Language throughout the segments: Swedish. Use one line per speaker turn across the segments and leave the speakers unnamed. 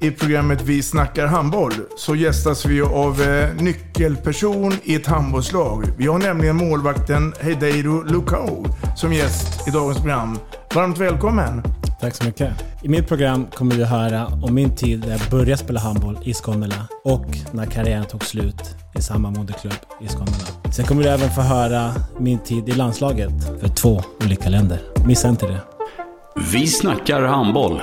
i programmet Vi snackar handboll så gästas vi av eh, nyckelperson i ett handbollslag. Vi har nämligen målvakten Heideiro Lukao som gäst i dagens program. Varmt välkommen!
Tack så mycket. I mitt program kommer du höra om min tid där jag började spela handboll i Skånela och när karriären tog slut i samma moderklubb i Skånela. Sen kommer du även få höra min tid i landslaget för två olika länder. Missa inte det.
Vi snackar handboll.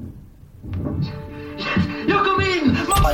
Jag kom in! Mamma,